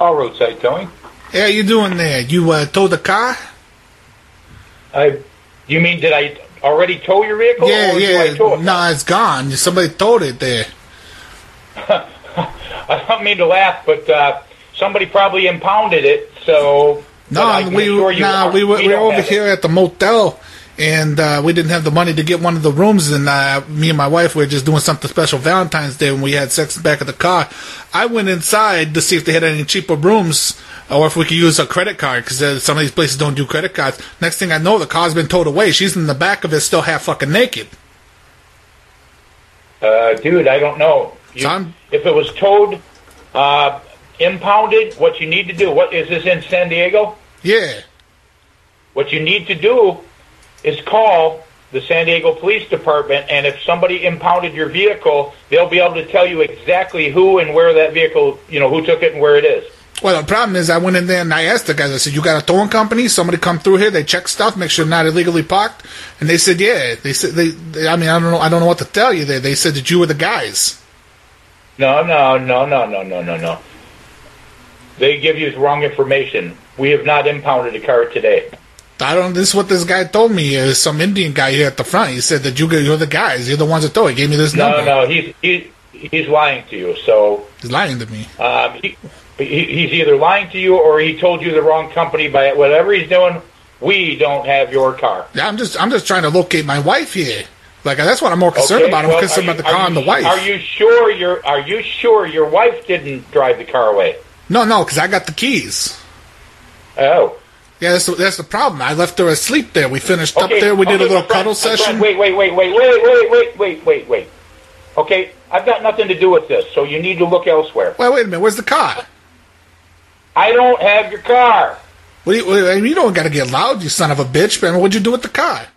All roadside towing. How you doing there? You uh, towed the car? I. You mean did I already tow your vehicle? yeah, or yeah. Do I tow it? nah, it's gone. Somebody towed it there. I don't mean to laugh, but uh, somebody probably impounded it. So. No, but I can we assure you nah, our- we were, we were don't over have it. here at the motel, and uh, we didn't have the money to get one of the rooms. And uh, me and my wife were just doing something special Valentine's Day when we had sex in the back of the car. I went inside to see if they had any cheaper rooms uh, or if we could use a credit card because uh, some of these places don't do credit cards. Next thing I know, the car's been towed away. She's in the back of it, still half fucking naked. Uh, dude, I don't know. You, So I'm- if it was towed, uh, impounded, what you need to do? What is this in San Diego? Yeah. What you need to do is call the San Diego Police Department, and if somebody impounded your vehicle, they'll be able to tell you exactly who and where that vehicle, you know, who took it and where it is. Well, the problem is, I went in there and I asked the guys. I said, "You got a towing company? Somebody come through here? They check stuff, make sure not illegally parked." And they said, "Yeah." They said, "They." they I mean, I don't know. I don't know what to tell you. There, they said that you were the guys. No, no, no, no, no, no, no, no. They give you wrong information. We have not impounded a car today. I don't. This is what this guy told me. Uh, some Indian guy here at the front. He said that you, you're the guys. You're the ones that tow. He gave me this No, number. no, he's he, he's lying to you. So He's lying to me. Um, he, he, he's either lying to you or he told you the wrong company by whatever he's doing. We don't have your car. Yeah, I'm just. I'm just trying to locate my wife here. Like that's what I'm more concerned Okay, about. I'm well, concerned are about the you- car are and the you- wife. Are you sure your Are you sure your wife didn't drive the car away? no, no, because I got the keys. Oh, Yeah, that's the, that's the problem. I left her asleep there. We finished up okay. there. We did okay, a little my friend, cuddle my friend, session. Wait, wait, wait, wait, wait, wait, wait, wait, wait, wait. Okay, I've got nothing to do with this, so you need to look elsewhere. Well, wait a minute. Where's the car? I don't have your car. What do you, what, I mean, you don't got to get loud, you son of a bitch. Man, what'd you do with the car?